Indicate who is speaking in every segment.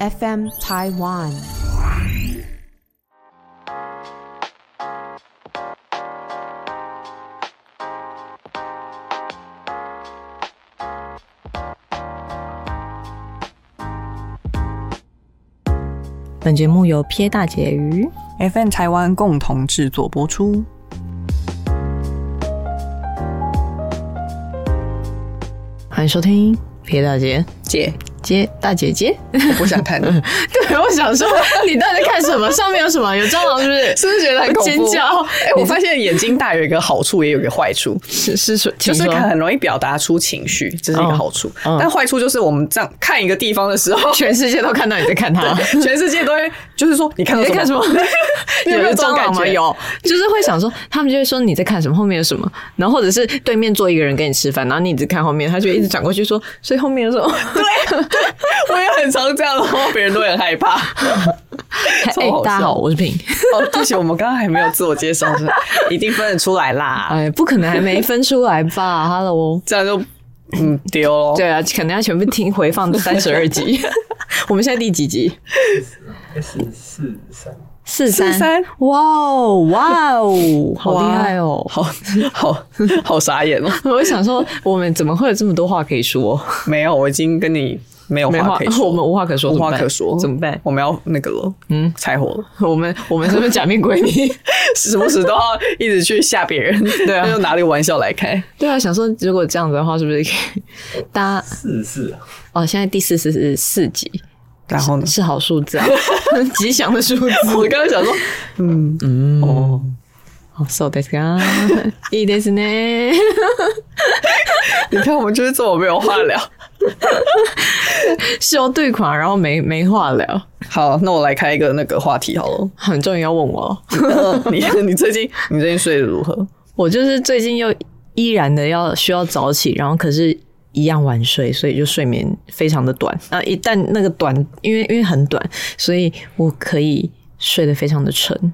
Speaker 1: FM Taiwan。
Speaker 2: 本节目由撇大姐鱼
Speaker 3: FM 台湾共同制作播出。
Speaker 2: 欢迎收听撇大姐
Speaker 3: 姐，
Speaker 2: 姐大姐姐。
Speaker 3: 我不想看，是
Speaker 2: 对，我想说你到底在看什么？上面有什么？有蟑螂是不是？
Speaker 3: 不是觉得很恐怖？
Speaker 2: 尖叫
Speaker 3: 哎、我发现眼睛大有一个好处，也有一个坏 处，
Speaker 2: 是是说，
Speaker 3: 就是
Speaker 2: 请说
Speaker 3: 很容易表达出情绪，这是一个好处。
Speaker 2: 嗯嗯
Speaker 3: 但坏处就是我们这样看一个地方的时 候，
Speaker 2: 全世界都看到你在看 它。
Speaker 3: 全世界都会就是说你看到？
Speaker 2: 你在看什么
Speaker 3: 你 有没有这种
Speaker 2: 蟑
Speaker 3: 感
Speaker 2: 螂吗？
Speaker 3: 觉？
Speaker 2: 有，就是会想说，他们就会说你在看什么，后面有什么，然后或者是对面坐一个人跟你吃饭，然后你一直看后面，他就一直转过 去说，所以后面有什么？
Speaker 3: 我也很常这样，然后别人都会很害怕。 超
Speaker 2: 哎
Speaker 3: 好笑
Speaker 2: 大家好，我是平。
Speaker 3: 哦，对不起，我们刚刚还没有自我介绍，是一定分得出来啦，
Speaker 2: 哎，不可能还没分出来吧？Hello，
Speaker 3: 这样就嗯丢喽。
Speaker 2: 对啊，可能要全部听回放三十二 集。我们现在第几集？
Speaker 4: S 四三，
Speaker 2: 四
Speaker 3: 43
Speaker 2: 哇哦哇哦，好厉害哦！
Speaker 3: 好 好好傻眼哦！
Speaker 2: 我想说，我们怎么会有这么多话可以说？
Speaker 3: 没有，我已经跟你没有
Speaker 2: 没
Speaker 3: 话
Speaker 2: 话
Speaker 3: 可以， 说，
Speaker 2: 我们无话可说，
Speaker 3: 无
Speaker 2: 怎么
Speaker 3: 话
Speaker 2: 办
Speaker 3: 可说，
Speaker 2: 怎么办？
Speaker 3: 我们要那个了，嗯， 柴火了，
Speaker 2: 我们我们是不是假面 闺蜜？
Speaker 3: 时不时都要一直去吓别人， 对
Speaker 2: 啊
Speaker 3: 就拿这个玩笑来开。
Speaker 2: 对啊，想说如果这样子的话，是不是可以大家
Speaker 4: 四四啊
Speaker 2: 哦？现在第四十四集
Speaker 3: 然后呢，
Speaker 2: 是好数字啊， 吉祥的数字。
Speaker 3: 我刚刚想说，嗯嗯哦，
Speaker 2: 哦，so that's good，いいですね。
Speaker 3: 你看我们就是这么没有话聊。
Speaker 2: 修对款，然后没没话聊，
Speaker 3: 好，那我来开一个那个话题好 了。
Speaker 2: 很重要问我。
Speaker 3: 你你最近你最近睡得如何？
Speaker 2: 我就是最近又依然的要需要早起，然后可是一样晚睡，所以就睡眠非常的短。那一旦那个短，因为因为很短，所以我可以睡得非常的沉。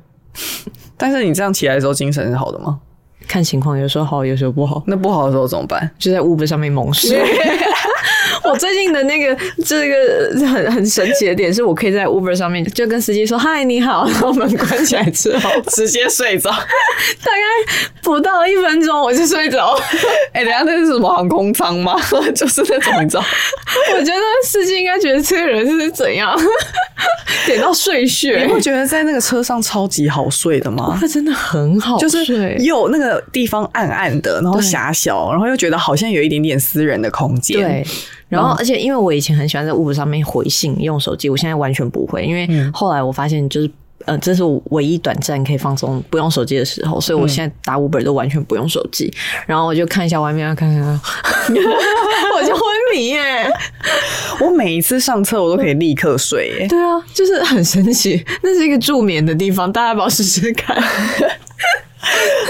Speaker 3: 但是你这样起来的时候精神是好的吗？
Speaker 2: 看情况，有时候好，有时候不好，
Speaker 3: 那不好的时候怎么办？
Speaker 2: 就在 Uber 上面猛睡。 我最近的那个这个很很神奇的点是，我可以在 Uber 上面就跟司机说“嗨，你好”，然后门关起来之后，
Speaker 3: 直接睡着。
Speaker 2: 大概不到一分钟我就睡着。
Speaker 3: 哎、等一下那是什么航空舱吗？ 就是那种你知道，
Speaker 2: 我觉得司机应该觉得这个人是怎样 点到睡
Speaker 3: 你
Speaker 2: 穴
Speaker 3: 会觉得在那个车上超级好睡的吗？
Speaker 2: 他真的很好
Speaker 3: 就
Speaker 2: 就是是
Speaker 3: 又那个地方暗暗的，然后
Speaker 2: 对
Speaker 3: 狭小，然后又觉得好像有一点点私人的空间。
Speaker 2: 对，，嗯然后而且因为我以前很喜欢在 Uber 上面回信用手机，我现在完全不会，因为后来我发现就是。呃，这是我唯一短暂可以放松不用手机的时候，所以我现在打 Uber 都完全不用手机，然后我就看一下外面，看看， 看我就昏迷耶、
Speaker 3: 我每一次上车我都可以立刻睡、耶。
Speaker 2: 对啊，就是很神奇，那是一个助眠的地方，大家要不要试试看？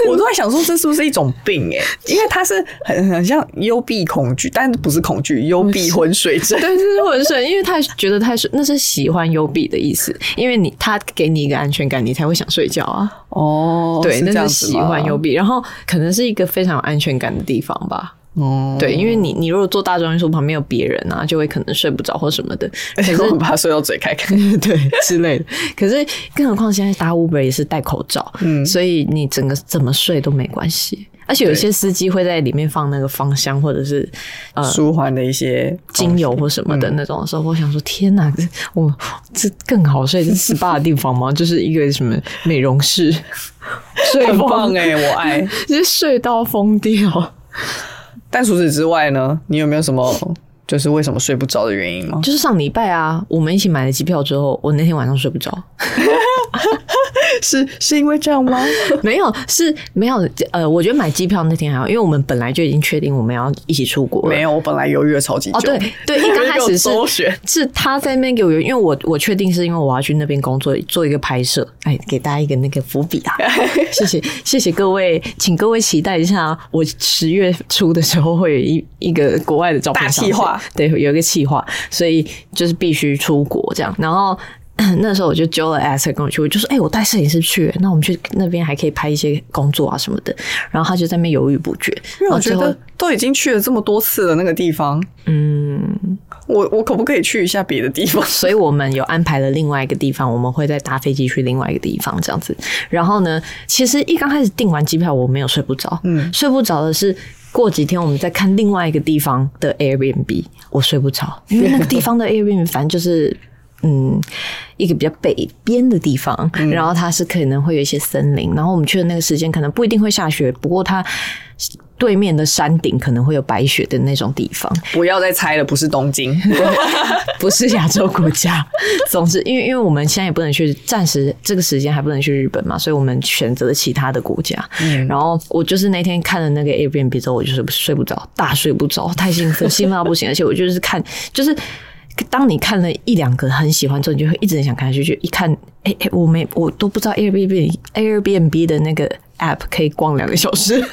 Speaker 3: 我都在想说这是不是一种病、耶？因为它是很很像幽闭恐惧，但不是恐惧，幽闭昏睡 症。
Speaker 2: 对，这是浑身，因为太觉得太睡，那是喜欢幽闭的意思，因为你他给你一个安全感，你才会想睡觉啊。
Speaker 3: 哦
Speaker 2: 对，
Speaker 3: 这
Speaker 2: 那
Speaker 3: 样
Speaker 2: 是
Speaker 3: 子
Speaker 2: 喜
Speaker 3: 吗
Speaker 2: 欢幽闭，然后可能是一个非常有安全感的地方吧。
Speaker 3: 哦，
Speaker 2: 对，因为你你如果坐大众运输旁边有别人啊，就会可能睡不着或什么的。可是
Speaker 3: 我很怕睡到嘴开开。
Speaker 2: 对之类的，可是更何况现在搭 Uber 也是戴口罩，
Speaker 3: 嗯
Speaker 2: 所以你整个怎么睡都没关系。而且有一些司机会在里面放那个芳香或者是呃
Speaker 3: 舒缓的一些
Speaker 2: 精油或什么
Speaker 3: 嗯
Speaker 2: 的那种的时候，我想说天哪，这我这更好睡，这 SPA 的地方吗？就是一个什么美容 室，睡
Speaker 3: 很棒
Speaker 2: 疯，
Speaker 3: 哎、我 爱。
Speaker 2: 直接睡到疯掉。
Speaker 3: 但除此之外呢，你有没有什么就是为什么睡不着的原因吗？
Speaker 2: 就是上礼拜啊，我们一起买了机票之后，我那天晚上睡不着，
Speaker 3: 是是因为这样吗？
Speaker 2: 没有，是没有。呃，我觉得买机票那天还好，因为我们本来就已经确定我们要一起出国了。
Speaker 3: 没有，我本来犹豫了超级久。
Speaker 2: 哦，对对，一刚开始是
Speaker 3: 没有周旋
Speaker 2: 是他在那边给我，因为我我确定是因为我要去那边工作做一个拍摄，哎，给大家一个那个伏笔 啊，谢谢谢谢各位，请各位期待一下，我十月初的时候会有一一个国外的照片
Speaker 3: 大
Speaker 2: 上
Speaker 3: 企
Speaker 2: 线
Speaker 3: 划，
Speaker 2: 对，有一个企划，所以就是必须出国这样，然后。 那时候我就揪了 a s 跟我去，我就说：“哎、我带摄影师去，那我们去那边还可以拍一些工作啊什么的。”然后他就在那边犹豫不决，
Speaker 3: 因
Speaker 2: 然
Speaker 3: 为
Speaker 2: 后
Speaker 3: 我觉
Speaker 2: 最后
Speaker 3: 得都已经去了这么多次了那个地方，
Speaker 2: 嗯，
Speaker 3: 我我可不可以去一下别的地方？
Speaker 2: 所以我们有安排了另外一个地方，我们会再搭飞机去另外一个地方这样子。然后呢，其实一刚开始订完机票，我没有睡不着，
Speaker 3: 嗯
Speaker 2: 睡不着的是。过几天我们再看另外一个地方的 Airbnb，我睡不着，因为那个地方的 Airbnb 反正就是嗯一个比较北边的地方，然后它是可能会有一些森林，然后我们去的那个时间可能不一定会下雪，不过它对面的山顶可能会有白雪的那种地方，
Speaker 3: 不要再猜了，不是东京。
Speaker 2: 不是亚洲国家。总之，因为因为我们现在也不能去，暂时这个时间还不能去日本嘛，所以我们选择了其他的国家。然后我就是那天看了那个 Airbnb 之后，我就是睡不着，大睡不着，太兴奋，兴奋到不行。而且我就是看，就是当你看了一两个很喜欢之后，你就会一直很想看下去。就一看，哎、哎、我没我都不知道 Airbnb Airbnb 的那个 app 可以逛两个小时。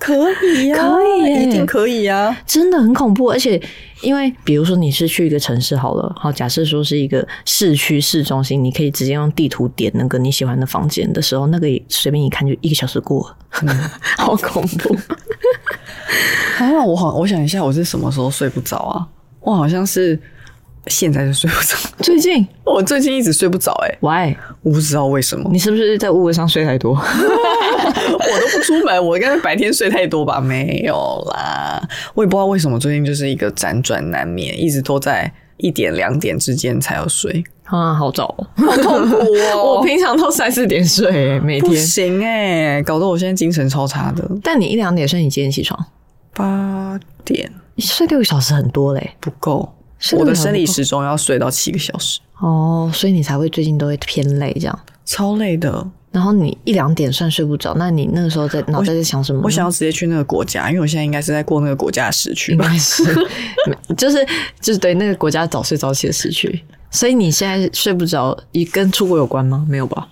Speaker 3: 可以呀、
Speaker 2: 可以耶
Speaker 3: 一定可以呀、
Speaker 2: 真的很恐怖，而且因为比如说你是去一个城市好了，好假设说是一个市区市中心，你可以直接用地图点那个你喜欢的房间的时候，那个也随便一看就一个小时过了，好恐怖。
Speaker 3: 啊，我好，我想一下，我是什么时候睡不着啊？我好像是现在就睡不着，
Speaker 2: 最近
Speaker 3: 我最近一直睡不着，哎，
Speaker 2: 喂，
Speaker 3: 我不知道为什么，
Speaker 2: 你是不是在屋子上睡太多？
Speaker 3: 我都不出门，我应该是白天睡太多吧？没有啦，我也不知道为什么最近就是一个辗转难眠，一直都在一点两点之间才要睡，
Speaker 2: 啊，好早、哦，
Speaker 3: 好痛苦
Speaker 2: 我平常都三四点睡、每
Speaker 3: 不
Speaker 2: 天。
Speaker 3: 行哎、搞得我现在精神超差的。
Speaker 2: 但你一两点睡，你几点起床？
Speaker 3: 八点
Speaker 2: 你睡六个小时很多嘞、
Speaker 3: 不够，
Speaker 2: 睡
Speaker 3: 我
Speaker 2: 六个
Speaker 3: 的
Speaker 2: 小时
Speaker 3: 生理
Speaker 2: 不够
Speaker 3: 时钟要睡到七个小时，
Speaker 2: 哦，所以你才会最近都会偏累这样。
Speaker 3: 超累的。
Speaker 2: 然后你一两点算睡不着，那你那个时候在脑袋在想什么呢？
Speaker 3: 我想要直接去那个国家，因为我现在应该是在过那个国家的时区
Speaker 2: 应
Speaker 3: 吧。
Speaker 2: 该是， 就是就是对那个国家早睡早起的时区。所以你现在睡不着，也跟出国有关吗？没有 吧？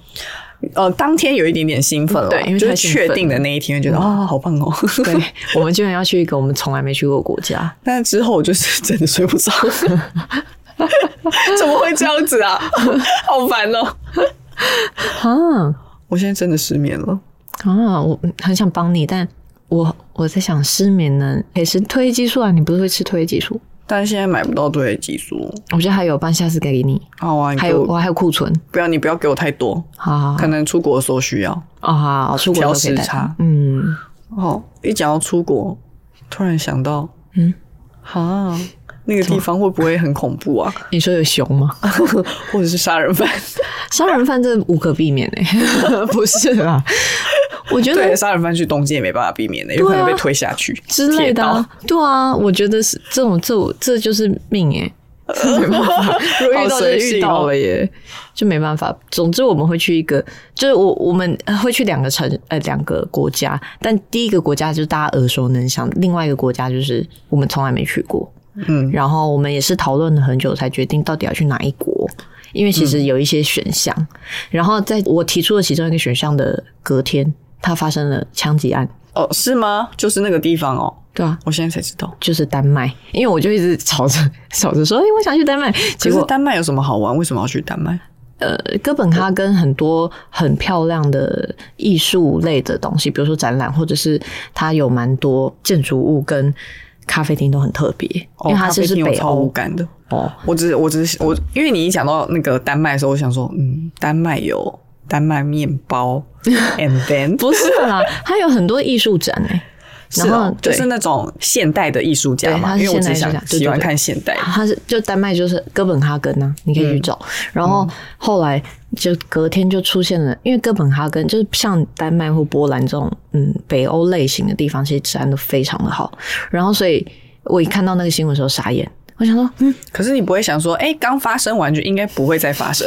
Speaker 3: 呃，当天有一点点兴奋了，
Speaker 2: 对因为
Speaker 3: 就是
Speaker 2: 太兴奋嗯
Speaker 3: 确定的那一天，觉得啊、好棒哦。
Speaker 2: 对，我们居然要去一个我们从来没去过的国家，
Speaker 3: 但之后我就是 真的睡不着，怎么会这样子啊？ 好烦哦！
Speaker 2: 哈
Speaker 3: 我现在真的失眠了。
Speaker 2: 啊！我很想帮你，但我我在想失眠呢，可以吃褪黑激素啊？你不是会吃褪黑激素？
Speaker 3: 但是现在买不到对的激素，
Speaker 2: 我觉得还有半，下次给你。
Speaker 3: 好啊，你
Speaker 2: 还
Speaker 3: 给
Speaker 2: 有哦
Speaker 3: 我
Speaker 2: 我还有库存，
Speaker 3: 不要，你不要给我太多，
Speaker 2: 好好
Speaker 3: 可能出国的时候需要。
Speaker 2: 好啊，好出国都
Speaker 3: 调
Speaker 2: 可以
Speaker 3: 时
Speaker 2: 带
Speaker 3: 差
Speaker 2: 嗯，
Speaker 3: 哦，一讲到出国，突然想到，
Speaker 2: 嗯，
Speaker 3: 哈，那个地方会不会很恐 怖啊？
Speaker 2: 你说有熊 吗？
Speaker 3: 或者是杀人犯？
Speaker 2: 杀人犯这无可避免哎、 不是啦，我觉得
Speaker 3: 对，杀人犯去东京也没办法避免的，有
Speaker 2: 对啊
Speaker 3: 可能被推下去
Speaker 2: 之类的、
Speaker 3: 铁
Speaker 2: 啊
Speaker 3: 道。
Speaker 2: 对啊，我觉得是这种，这种这就是命 哎、欸，没办法，如果遇到就遇到了耶，就没办法。总之，我们会去一个，就是我我们会去两个城，呃，两个国家。但第一个国家就是大家耳熟能详，另外一个国家就是我们从来没去过。
Speaker 3: 嗯，
Speaker 2: 然后我们也是讨论了很久，才决定到底要去哪一国。因为其实有一些选项，然后在我提出了其中一个选项的隔天，它发生了枪击案，
Speaker 3: 哦，是吗？就是那个地方哦，
Speaker 2: 对啊，
Speaker 3: 我现在才知道。
Speaker 2: 就是丹麦，因为我就一直吵着 吵着说，哎、我想去丹麦，
Speaker 3: 可
Speaker 2: 结
Speaker 3: 是
Speaker 2: 果
Speaker 3: 丹麦有什么好玩？为什么要去丹麦？
Speaker 2: 呃，哥本哈根很多很漂亮的艺术类的东西，比如说展览，或者是它有蛮多建筑物跟咖啡厅都很特别，
Speaker 3: 哦
Speaker 2: 因为它
Speaker 3: 咖
Speaker 2: 是
Speaker 3: 啡
Speaker 2: 是
Speaker 3: 厅我
Speaker 2: 北
Speaker 3: 超无
Speaker 2: 欧
Speaker 3: 感的。
Speaker 2: 哦，
Speaker 3: 我只是我只是我，因为你一讲到那个丹麦的时候，我想说，嗯，丹麦有丹麦面 包，and then
Speaker 2: 不是啦，它有很多艺术展哎、
Speaker 3: 是
Speaker 2: 然
Speaker 3: 哦
Speaker 2: 后，
Speaker 3: 就
Speaker 2: 对
Speaker 3: 是那种现代的艺术家
Speaker 2: 对
Speaker 3: 嘛，
Speaker 2: 他是
Speaker 3: 因为我
Speaker 2: 现
Speaker 3: 只
Speaker 2: 代艺术
Speaker 3: 想
Speaker 2: 家对对
Speaker 3: 喜欢
Speaker 2: 对
Speaker 3: 看现代。
Speaker 2: 它啊是就丹麦就是哥本哈根呐、你可以去找。然后后来就隔天就出现了，因为哥本哈根就是像丹麦或波兰这种嗯北欧类型的地方，其实治安都非常的好。然后所以我一看到那个新闻的时候傻眼，我想说，嗯，
Speaker 3: 可是你不会想说，哎，刚发生完就应该不会再发生，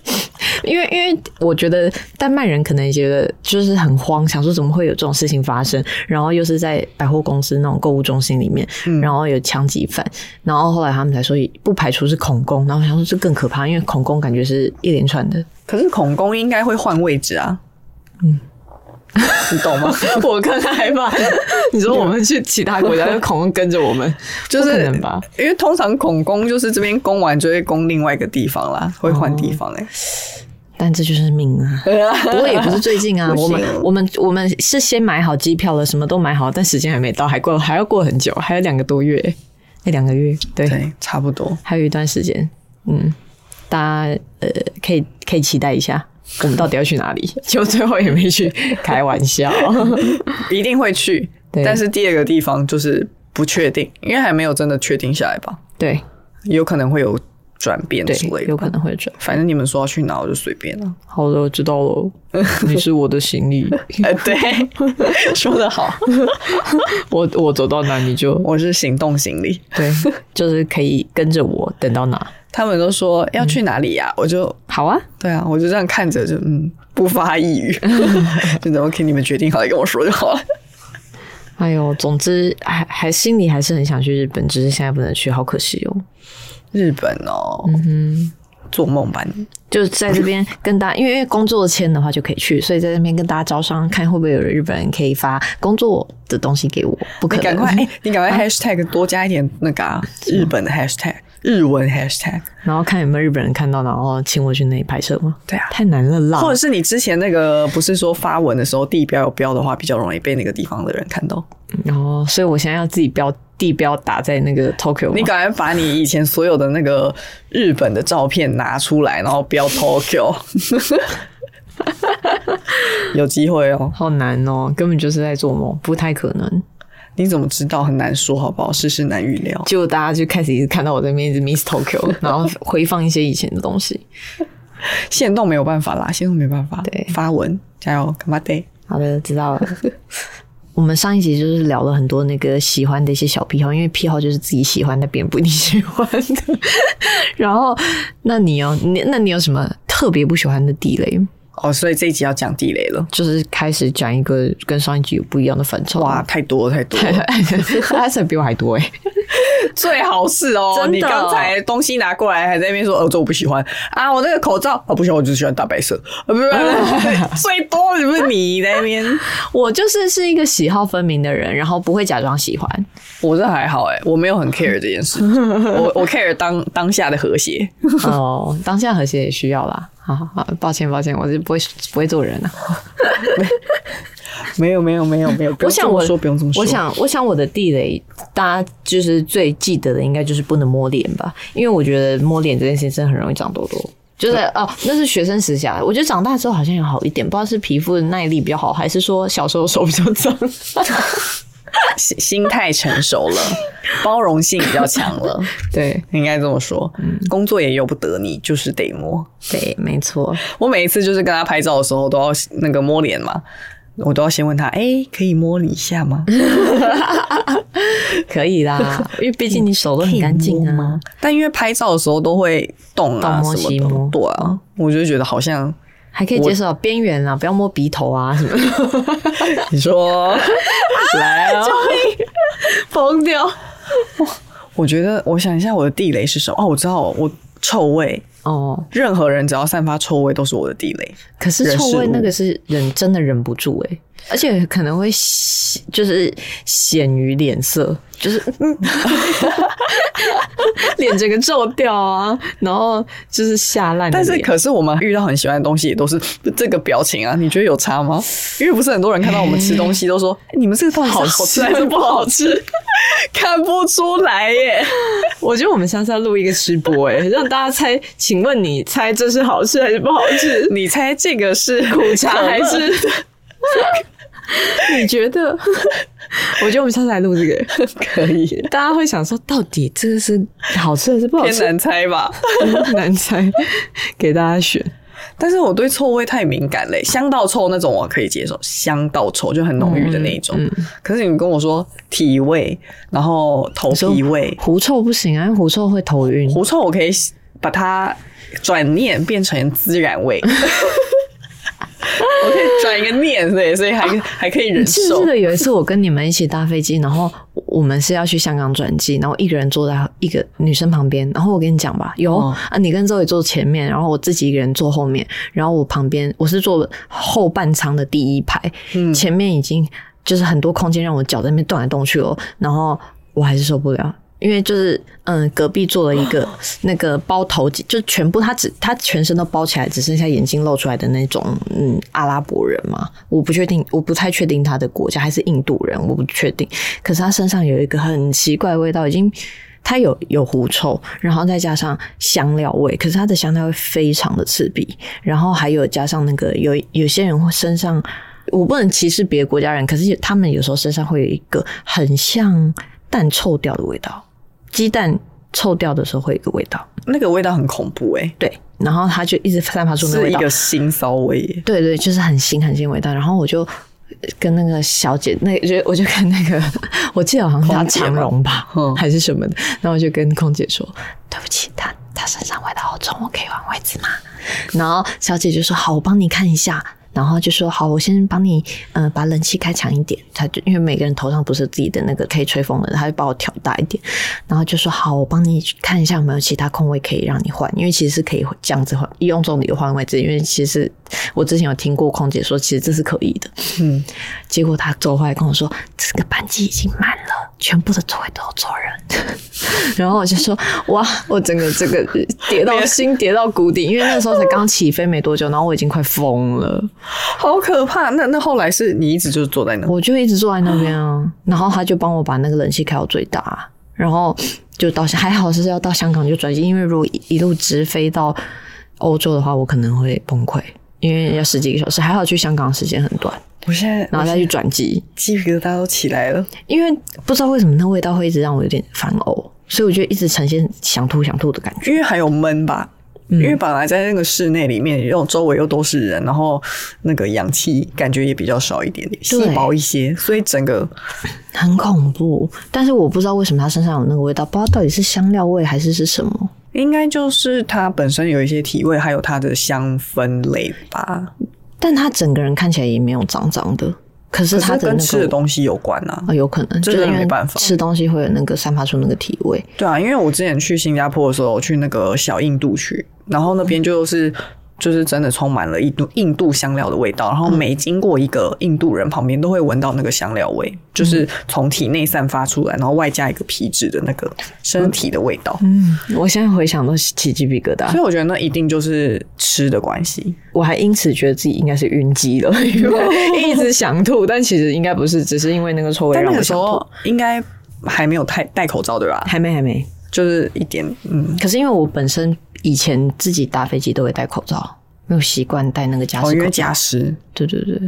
Speaker 2: 因为因为我觉得丹麦人可能也觉得就是很慌，想说怎么会有这种事情发生，然后又是在百货公司那种购物中心里面，然后有枪击犯，然后后来他们才说不排除是恐攻，然后我想说这更可怕，因为恐攻感觉是一连串的。嗯
Speaker 3: 可是恐攻应该会换位置啊。你懂 吗？
Speaker 2: 我更害 怕。你说我们去其他国家， 就恐龙跟着我们，
Speaker 3: 就
Speaker 2: 不可
Speaker 3: 是
Speaker 2: 能吧？
Speaker 3: 因为通常恐攻就是这边攻完就会攻另外一个地方啦，会换地方哎、
Speaker 2: 但这就是命啊！不过也不是最近啊， 我
Speaker 3: 不行
Speaker 2: 们我们我们是先买好机票了，什么都买好，但时间还没到，还过还要过很久，还有两个多月，那两个月，对，
Speaker 3: 对，差不多。
Speaker 2: 还有一段时间，嗯，大家呃可以可以期待一下，我们到底要去哪里？ 就最后也没去，开玩 笑。
Speaker 3: 一定会去，
Speaker 2: 对
Speaker 3: 但是第二个地方就是不确定，因为还没有真的确定下来吧，
Speaker 2: 对
Speaker 3: 有可能会有转变
Speaker 2: 对
Speaker 3: 之类，
Speaker 2: 有
Speaker 3: 的。
Speaker 2: 可能会转。
Speaker 3: 反正你们说要去哪，我就随便了。
Speaker 2: 好的，我知道 了，你是我的行李，
Speaker 3: 哎、 对，说得好，
Speaker 2: 我我走到哪你就
Speaker 3: 我是行动行李。
Speaker 2: 对，就是可以跟着我等到哪。
Speaker 3: 他们都说要去哪里呀、我就
Speaker 2: 好啊，
Speaker 3: 对啊，我就这样看着，就嗯，不发一 语，就等 OK，你们决定好了跟我说就好了。
Speaker 2: 哎呦，总之还还心里还是很想去日本，只是现在不能去，好可惜哦。
Speaker 3: 日本哦，做梦吧你！
Speaker 2: 就在这边跟 大家，因为因为工作签的话就可以去，所以在这边跟大家招商，看会不会有日本人可以发工作的东西给我。不可
Speaker 3: 你
Speaker 2: 能，嗯啊
Speaker 3: 赶快，哎、你赶快 hashtag 多加一点那个、啊、日本的 hashtag，日文 hashtag。
Speaker 2: 然后看有没有日本人看到，然后请我去那里拍摄吗？
Speaker 3: 对啊
Speaker 2: 太难了 啦。
Speaker 3: 或者是你之前那个不是说发文的时候地标有标的话，比较容易被那个地方的人看到。
Speaker 2: 然后，哦所以我现在要自己标地标打在那个 Tokyo 吗。
Speaker 3: 你赶快把你以前所有的那个日本的照片拿出来，然后 标 Tokyo，有机会哦。
Speaker 2: 好难哦，根本就是在做梦，不太可能。
Speaker 3: 你怎么知道？很难说，好不好？世事难预料。
Speaker 2: 结果大家就开始一直看到我在那边一直 miss Tokyo，然后回放一些以前的东西。
Speaker 3: 限动没有办法啦，限动没办法。
Speaker 2: 对
Speaker 3: 发文加油，干嘛得？
Speaker 2: 好的，知道了。 我们上一集就是聊了很多那个喜欢的一些小癖好，因为癖好就是自己喜欢但别人不一定喜欢的。然后，那你有你那你有什么特别不喜欢的地雷吗？
Speaker 3: 哦，所以这一集要讲地雷了。
Speaker 2: 就是开始讲一个跟上一集有不一样的反差。
Speaker 3: 哇，，太多了，太多了！
Speaker 2: 阿成比我还多哎、
Speaker 3: 最好是 哦，
Speaker 2: 真的
Speaker 3: 你刚才东西拿过来，还在那边说，哦，这我不喜欢啊，我那个口罩，哦，不喜欢，我就喜欢大白色，啊，不是， 不是最多是不是你在那 边？
Speaker 2: 我就是是一个喜好分明的人，然后不会假装喜 欢。
Speaker 3: 我这还好哎、我没有很 care 这件 事，我我 care 当当下的和谐。
Speaker 2: 哦，当下和谐也需要啦。好好好，抱歉抱歉，我是不会不会做人啊。
Speaker 3: 没有没有没有没有，不
Speaker 2: 我
Speaker 3: 用这
Speaker 2: 想
Speaker 3: 么
Speaker 2: 我
Speaker 3: 说不用这么说，
Speaker 2: 我想我想我的地雷，大家就是最记得的应该就是不能摸脸吧，因为我觉得摸脸这件事情真的很容易长痘痘。就是哦，那是学生时期啊。我觉得长大之后好像有好一点，不知道是皮肤的耐力比较好，还是说小时候手比较 脏。
Speaker 3: 心心态成熟 了，包容性比较强 了，
Speaker 2: 对
Speaker 3: 应该这么说。工作也由不得你，就是得摸。
Speaker 2: 对，没错。
Speaker 3: 我每一次就是跟他拍照的时候，都要那个摸脸嘛，我都要先问他，哎、可以摸你一下吗？
Speaker 2: 可以 啦，因为毕竟你手都很干净
Speaker 3: 可以摸
Speaker 2: 啊
Speaker 3: 吗。但因为拍照的时候都会动啊
Speaker 2: 东摸
Speaker 3: 什么
Speaker 2: 西摸
Speaker 3: 的，对啊，我就觉得好像
Speaker 2: 还可以接受啊边缘啦，不要摸鼻头啊什么 的，
Speaker 3: 你 说来啊，
Speaker 2: 疯掉。
Speaker 3: 我觉得我想一下我的地雷是什么？哦，我知道，我臭味，
Speaker 2: 哦，
Speaker 3: 任何人只要散发臭味都是我的地雷。
Speaker 2: 可是
Speaker 3: 人
Speaker 2: 臭
Speaker 3: 事
Speaker 2: 味
Speaker 3: 物
Speaker 2: 那个是忍真的忍不住哎、而且可能会显就是显于脸色，就是嗯 脸整个皱掉啊，然后就是吓烂的
Speaker 3: 但
Speaker 2: 脸。
Speaker 3: 是，可是我们遇到很喜欢的东西，也都是这个表情啊，你觉得有差吗？因为不是很多人看到我们吃东西都说， 哎你们这个到底是好吃还是不好 吃？看不出来耶。
Speaker 2: 我觉得我们下次要录一个吃播哎、 让大家猜，请问你猜这是好吃还是不好吃？
Speaker 3: 你猜这个是苦
Speaker 2: 茶还是？你觉得？我觉得我们下次来录这个，
Speaker 3: 可以？
Speaker 2: 大家会想说，到底这个是好吃还是不好
Speaker 3: 偏
Speaker 2: 吃？
Speaker 3: 难猜吧。
Speaker 2: 难猜，给大家选。
Speaker 3: 但是我对臭味太敏感嘞，香到臭那种我可以接受，香到臭就很浓郁的那一种。可是你跟我说体味，然后头皮味、
Speaker 2: 狐臭不行啊，因为狐臭会头晕。
Speaker 3: 狐臭，我可以把它转念变成孜然味。我可以转一个念，对，所以还还可以忍
Speaker 2: 记不
Speaker 3: 受
Speaker 2: 记。得有一次我跟你们一起搭飞机，然后我我们是要去香港转机，然后一个人坐在一个女生旁边，然后我跟你讲吧，有、
Speaker 3: 哦
Speaker 2: 啊，你跟周宇坐前面，然后我自己一个人坐后面，然后我旁边我是坐后半舱的第一排，
Speaker 3: 嗯
Speaker 2: 前面已经就是很多空间让我脚在那边动来动去哦，然后我还是受不了。因为就是，嗯，隔壁坐了一个那个包头巾，就全部他只他全身都包起来，只剩下眼睛露出来的那种，嗯，阿拉伯人嘛，我不确定，我不太确定他的国家还是印度人，我不确定。可是他身上有一个很奇怪的味道，已经他有有狐臭，然后再加上香料味，可是他的香料味非常的刺鼻，然后还有加上那个有有些人会身上，我不能歧视别的国家人，可是他们有时候身上会有一个很像蛋臭掉的味道，鸡蛋臭掉的时候会有一个味道，
Speaker 3: 那个味道很恐怖哎、
Speaker 2: 对，然后他就一直散发出那个
Speaker 3: 是
Speaker 2: 味
Speaker 3: 一
Speaker 2: 道，
Speaker 3: 个腥骚味耶。
Speaker 2: 对对，就是很腥很腥的味道。然后我就跟那个小姐，那就我就跟那个，我记得好像叫
Speaker 3: 空姐
Speaker 2: 长
Speaker 3: 吗
Speaker 2: 荣吧
Speaker 3: 嗯，
Speaker 2: 还是什么的。然后我就跟空姐说：“对不起，她她身上味道好重，我可以换位置吗？”然后小姐就说：“好，我帮你看一下。”然后就说：“好，我先帮你，呃，把冷气开强一点。”她就因为每个人头上不是自己的那个可以吹风的，她就帮我调大一点。然后就说：“好，我帮你看一下有没有其他空位可以让你换，因为其实是可以这样子换，医用中的有换位置。因为其实我之前有听过空姐说，其实这是可以的。
Speaker 3: 嗯，
Speaker 2: 结果她走回来跟我说，这个班机已经满了，全部的座位都有坐人。 然后我就说，哇，我整个这个跌到心跌到谷底，因为那时候才刚起飞没多久，然后我已经快疯了，
Speaker 3: 好可怕。那那后来是你一直就是坐在那，
Speaker 2: 我就一直坐在那边 啊，然后他就帮我把那个冷气开到最大，然后就到还好是要到香港就转机，因为如果一一路直飞到欧洲的话，我可能会崩溃。因为要十几个小时，还好去香港时间很短，
Speaker 3: 我现在
Speaker 2: 然后再
Speaker 3: 我
Speaker 2: 去转机。
Speaker 3: 鸡皮疙瘩都起来了。
Speaker 2: 因为不知道为什么那味道会一直让我有点烦呕，所以我就一直呈现想吐想吐的感觉。
Speaker 3: 因为还有闷吧，
Speaker 2: 嗯
Speaker 3: 因为本来在那个室内里面，又周围又都是人，然后那个氧气感觉也比较少一点点，
Speaker 2: 对
Speaker 3: 稀薄一些，所以整个
Speaker 2: 很恐怖。但是我不知道为什么他身上有那个味道，不知道到底是香料味还是是什么。
Speaker 3: 应该就是它本身有一些体味，还有它的香氛类吧，
Speaker 2: 但他整个人看起来也没有脏脏的，可是
Speaker 3: 可
Speaker 2: 他
Speaker 3: 是
Speaker 2: 的
Speaker 3: 跟
Speaker 2: 那
Speaker 3: 吃
Speaker 2: 个
Speaker 3: 的东西有关啊
Speaker 2: 啊、。有可能
Speaker 3: 这
Speaker 2: 就是
Speaker 3: 个
Speaker 2: 因为
Speaker 3: 没办法
Speaker 2: 吃东西会有那个散发出那个体味。
Speaker 3: 对啊，因为我之前去新加坡的时候，我去那个小印度去，然后那边就是。就是真的充满了印度印度香料的味道，然后每经过一个印度人旁边都会闻到那个香料味，就是从体内散发出来，然后外加一个皮质的那个身体的味道，
Speaker 2: 嗯，我现在回想都起鸡皮疙瘩
Speaker 3: 所以我觉得那一定就是吃的关系。
Speaker 2: 我还因此觉得自己应该是晕机 了，因为一直想吐，但其实应该不是，只是因为那个臭味
Speaker 3: 但
Speaker 2: 让
Speaker 3: 那
Speaker 2: 我
Speaker 3: 个时
Speaker 2: 想吐。
Speaker 3: 候应该还没有太戴口罩对吧？
Speaker 2: 还没，还没。
Speaker 3: 就是一点嗯，
Speaker 2: 可是因为我本身以前自己搭飞机都会戴口罩，没有习惯戴那个加
Speaker 3: 哦，
Speaker 2: 湿
Speaker 3: 因
Speaker 2: 口
Speaker 3: 为
Speaker 2: 罩。
Speaker 3: 加湿，
Speaker 2: 对对对，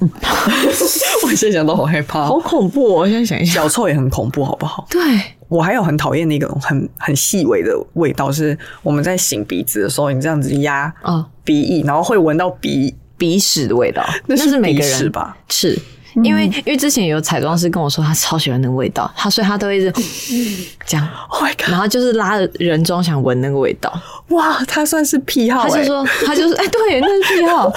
Speaker 3: 我现在想都好害怕哦、
Speaker 2: 恐怖、哦！我现在想一，
Speaker 3: 脚臭也很恐怖，好不好？
Speaker 2: 对，
Speaker 3: 我还有很讨厌的一种很很细微的味道，是我们在擤鼻子的时候，你这样子压
Speaker 2: 啊，
Speaker 3: 鼻翼，然后会闻到鼻，
Speaker 2: 鼻屎的味道，
Speaker 3: 那
Speaker 2: 是每
Speaker 3: 鼻
Speaker 2: 个
Speaker 3: 屎
Speaker 2: 人？
Speaker 3: 吧？
Speaker 2: 是。因为因为之前有彩妆师跟我说，他超喜欢那个味道，他所以他都一直 这样，
Speaker 3: Oh my god！
Speaker 2: 然后就是拉着人中想闻那个味道，
Speaker 3: 哇，他算是癖好、欸，
Speaker 2: 他就说他就是哎、对，那是癖好。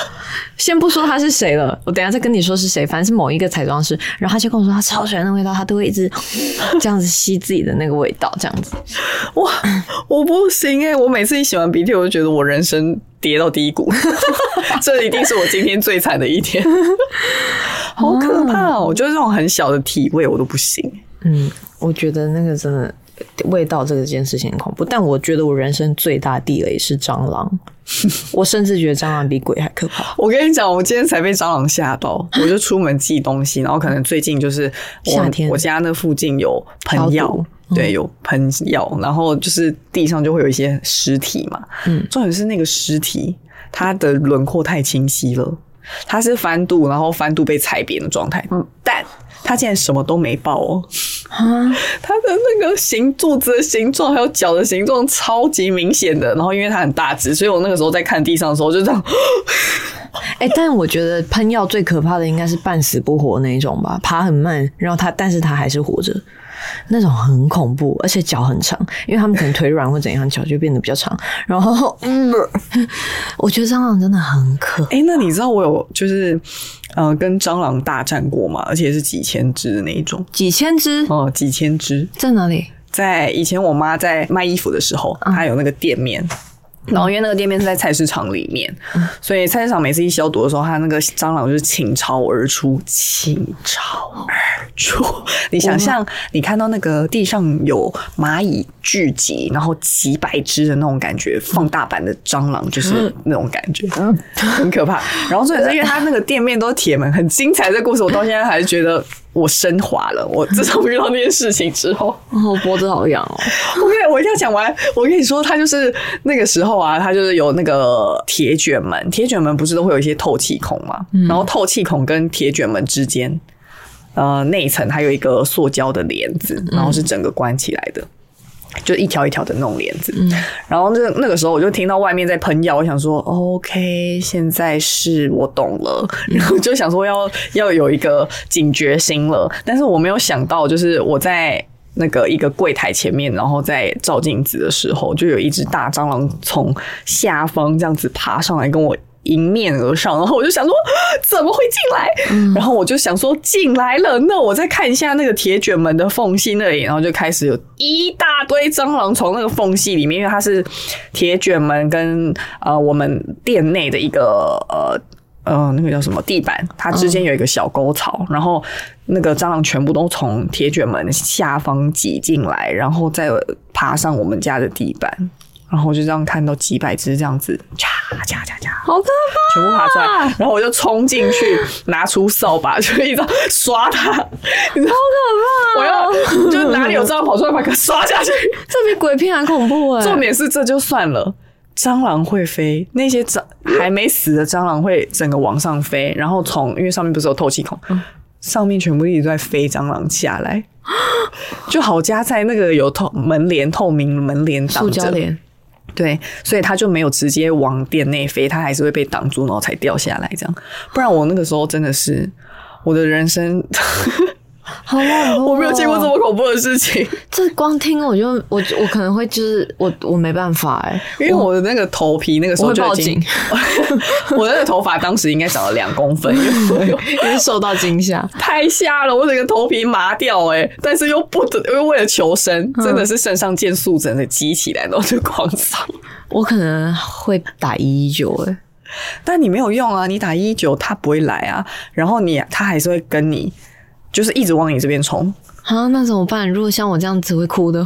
Speaker 2: 先不说他是谁了，我等一下再跟你说是谁，反正是某一个彩妆师。然后他就跟我说，他超喜欢那个味道，他都会一 直这样子吸自己的那个味道，这样子。
Speaker 3: 哇，我不行哎、我每次一擤完鼻涕，我就觉得我人生跌到低谷， 这一定是我今天最惨的 一天，好可怕哦！就是这种很小的体味，我都不行。
Speaker 2: 嗯，我觉得那个真的味道这件事情很恐怖，但我觉得我人生最大地雷是蟑 螂，我甚至觉得蟑螂比鬼还可怕。
Speaker 3: 我跟你讲，我今天才被蟑螂吓 到，我就出门寄东西，然后可能最近就是我
Speaker 2: 夏天
Speaker 3: 我家那附近有喷
Speaker 2: 消毒嗯
Speaker 3: 药，对，有喷药，然后就是地上就会有一些尸体嘛，
Speaker 2: 嗯
Speaker 3: 重点是那个尸体它的轮廓太清晰了，它是翻肚，然后翻肚被踩扁的状态，
Speaker 2: 嗯
Speaker 3: 但它竟然什么都没爆哦，
Speaker 2: 啊，
Speaker 3: 它的那个形肚子的形状还有脚的形状超级明显的，然后因为它很大只，所以我那个时候在看地上的时候就这样。
Speaker 2: 哎、但我觉得喷药最可怕的应该是半死不活那一种吧，爬很慢，然后它但是它还是活着，那种很恐怖，而且脚很长，因为他们可能腿软或怎样，脚就变得比较长。然后，嗯， 我觉得蟑螂真的很可
Speaker 3: 哎、那你知道我有就是呃跟蟑螂大战过吗？而且是几千只的那一种。
Speaker 2: 几千只
Speaker 3: 哦，几千只，
Speaker 2: 在哪里？
Speaker 3: 在以前我妈在卖衣服的时候，她有那个店面。然后因为那个店面是在菜市场里面，所以菜市场每次一消毒的时候，它那个蟑螂就是倾巢而出，倾巢而出。你想象你看到那个地上有蚂蚁聚集，然后几百只的那种感觉，放大版的蟑螂就是那种感觉，很可怕。然后所以是因为它那个店面都是铁门，很精彩。这个故事我到现在还是觉得我升华了。我自从遇到那件事情之后。
Speaker 2: 哦，脖子好痒哦。
Speaker 3: 我跟你我一定要讲完。 我跟你说，他就是那个时候啊，他就是有那个铁卷门，铁卷门不是都会有一些透气孔嘛？然后透气孔跟铁卷门之间，呃，内层还有一个塑胶的帘子，然后是整个关起来的。就一条一条的那种帘子，然后那那个时候我就听到外面在喷药，我想说 OK，现在是我懂了，然后就想说要要有一个警觉心了，但是我没有想到，就是我在。那个一个柜台前面，然后在照镜子的时候，就有一只大蟑螂从下方这样子爬上来跟我迎面而上，然后我就想说啊怎么会进来？然后我就想说进来了，那我再看一下那个铁卷门的缝隙那里，然后就开始有一大堆蟑螂从那个缝隙里面，因为它是铁卷门跟呃我们店内的一个呃。呃，那个叫什么地板，它之间有一个小沟槽，然后那个蟑螂全部都从铁卷门下方挤进来，然后再爬上我们家的地板，然后就这样看到几百只这样子，嚓嚓嚓嚓，
Speaker 2: 好可怕！
Speaker 3: 全部爬出来，
Speaker 2: 啊
Speaker 3: 然后我就冲进 去，拿出扫把， 就一直刷它，你知道
Speaker 2: 好可怕！啊
Speaker 3: 我要就是哪里有蟑螂跑出来，把它刷下去。
Speaker 2: 这比鬼片还恐怖哎、
Speaker 3: 重点是这就算了。蟑螂会飞，那些蟑还没死的蟑螂会整个往上飞，然后从因为上面不是有透气孔，
Speaker 2: 嗯
Speaker 3: 上面全部一直在飞蟑螂下来， 就好加在那个有透门帘透明门帘挡
Speaker 2: 塑
Speaker 3: 着，
Speaker 2: 胶帘，
Speaker 3: 对，所以它就没有直接往店内飞，它还是会被挡住，然后才掉下来这样。不然我那个时候真的是我的 人生，
Speaker 2: 好恐怖哦
Speaker 3: 我没有见过这么恐怖的事情，
Speaker 2: 这光听我就我我可能会就是我我没办法哎、
Speaker 3: 因为我的那个头皮那个时候
Speaker 2: 我会
Speaker 3: 就
Speaker 2: 报
Speaker 3: 已经， 我那个头发当时应该长了两公 分， 因为我有
Speaker 2: 因为受到惊吓。
Speaker 3: 太瞎了，我整个头皮麻掉哎、但是又不得，又为了求生，
Speaker 2: 嗯
Speaker 3: 真的是肾上腺素整个激起来，然后就狂扫。
Speaker 2: 我可能会打一一九哎，
Speaker 3: 但你没有用啊，你打一九他不会来啊，然后你他还是会跟你，就是一直往你这边冲。
Speaker 2: 啊，那怎么办？如果像我这样子会哭的，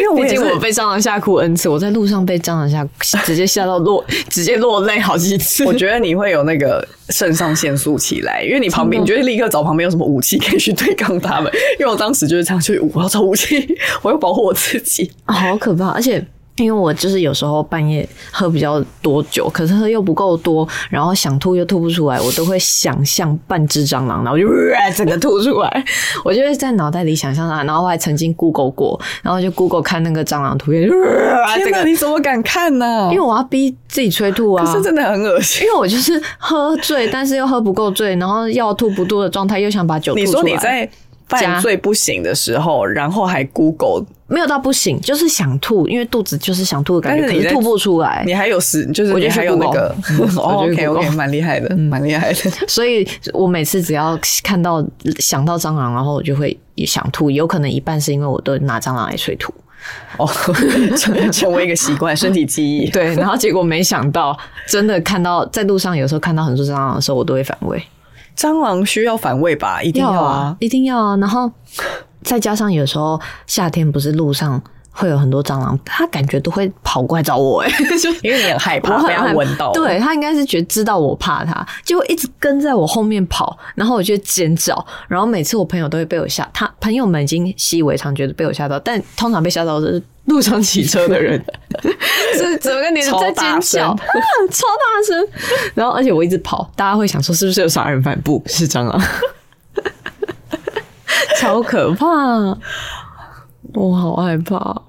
Speaker 3: 因为我
Speaker 2: 毕
Speaker 3: 也
Speaker 2: 竟 我
Speaker 3: 是，
Speaker 2: 被蟑螂吓哭 n 次，我在路上被蟑螂吓， 直接吓到落，直接落泪好几次。
Speaker 3: 我觉得你会有那个肾上腺素起来，因为你旁边，你就会立刻找旁边有什么武器可以去对抗他们。因为我当时就是这样，就是我要找武器， 我要保护我自己。
Speaker 2: 好可怕！而且因为我就是有时候半夜喝比较多酒，可是喝又不够多，然后想吐又吐不出来，我都会想象半只蟑螂，然后就 呃整个吐出来。我就会在脑袋里想象它，然后我还曾经 Google 过，然后就 Google 看那个蟑螂图片，呃就
Speaker 3: 天
Speaker 2: 这
Speaker 3: 哪，
Speaker 2: 个，
Speaker 3: 你怎么敢看呢、
Speaker 2: 因为我要逼自己催吐啊。
Speaker 3: 这真的很恶心
Speaker 2: 因。为我就是喝醉，但是又喝不够醉，然后要吐不吐的状态，又想把酒吐
Speaker 3: 你
Speaker 2: 出来。
Speaker 3: 说你在犯罪不醒的时候，然后还 Google，
Speaker 2: 没有到不行，就是想吐，因为肚子就是想吐的感觉，
Speaker 3: 但是
Speaker 2: 可
Speaker 3: 你
Speaker 2: 是
Speaker 3: 在
Speaker 2: 吐不出来。
Speaker 3: 你还有时就是
Speaker 2: 我就
Speaker 3: 你
Speaker 2: 去
Speaker 3: 还有那个
Speaker 2: Google
Speaker 3: 哦
Speaker 2: 我就去
Speaker 3: ，OK OK，
Speaker 2: Google 嗯
Speaker 3: 蛮厉害的，蛮厉害的。
Speaker 2: 所以我每次只要看到想到蟑螂，然后我就会想吐，有可能一半是因为我都拿蟑螂来催吐，
Speaker 3: 哦，成成为一个习惯，身体记忆。
Speaker 2: 对，然后结果没想到，真的看到在路上有时候看到很多蟑螂的时候，我都会反胃，
Speaker 3: 蟑螂需要反胃吧？一定要啊。
Speaker 2: 一定要啊，然后再加上有时候夏天不是路上会有很多蟑螂，它感觉都会跑过来找我、欸，
Speaker 3: 因为你很害
Speaker 2: 我
Speaker 3: 怕
Speaker 2: 很
Speaker 3: 被它
Speaker 2: 害
Speaker 3: 闻到，
Speaker 2: 对，他应该是觉得知道我怕他，结果一直跟在我后面跑，然后我就尖叫，然后每次我朋友都会被我吓，他朋友们已经习以为常，觉得被我吓到，但通常被吓到的是路上骑车的 人，这整个你在尖叫，
Speaker 3: 超大声
Speaker 2: 啊超大声，然后而且我一直跑，大家会想说是不是有杀人犯？不是啊蟑螂，超可 怕，我好害怕。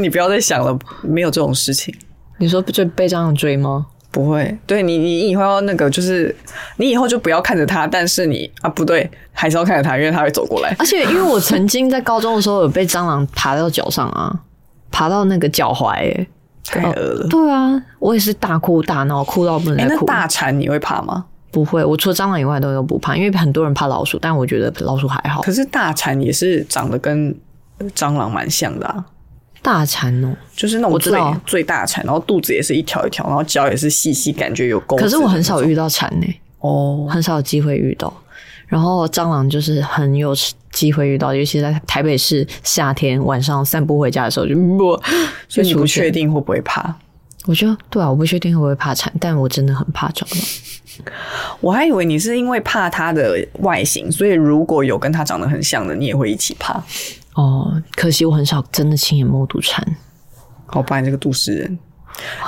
Speaker 3: 你不要再想了，没有这种事情。
Speaker 2: 你说被被蟑螂追吗？
Speaker 3: 不会，对你，你以后要那个，就是你以后就不要看着他，但是你啊，不对，还是要看着他，因为他会走过 来。
Speaker 2: 而且因为我曾经在高中的时候有被蟑螂爬到脚上啊，爬到那个脚踝、欸，
Speaker 3: 太恶了。
Speaker 2: 对啊，我也是大哭大闹，哭到不能
Speaker 3: 呃哎、
Speaker 2: 再
Speaker 3: 那
Speaker 2: 哭。
Speaker 3: 大蝉你会怕吗？
Speaker 2: 不会，我除了蟑螂以外都都不怕，因为很多人怕老鼠，但我觉得老鼠还好。
Speaker 3: 可是大蝉也是长得跟蟑螂蛮像的啊，
Speaker 2: 大蚕哦、
Speaker 3: 就是那种
Speaker 2: 我知
Speaker 3: 最
Speaker 2: 道
Speaker 3: 最大蝉，然后肚子也是一条一条，然后脚也是细细，感觉有钩子的
Speaker 2: 可
Speaker 3: 那
Speaker 2: 是
Speaker 3: 种。
Speaker 2: 我很少遇到蚕呢、
Speaker 3: 哦，
Speaker 2: 很少有机会遇到。然后蟑螂就是很有机会遇到，尤其在台北市夏天晚上散步回家的时候就不，
Speaker 3: 所以你不
Speaker 2: 出现
Speaker 3: 确定会不会怕？
Speaker 2: 我就对啊，我不确定会不会怕蝉，但我真的很怕蟑螂。
Speaker 3: 我还以为你是因为怕它的外形，所以如果有跟它长得很像的，你也会一起怕。
Speaker 2: 哦，可惜我很少真的亲眼目睹蝉。
Speaker 3: 好吧，你这个都市人，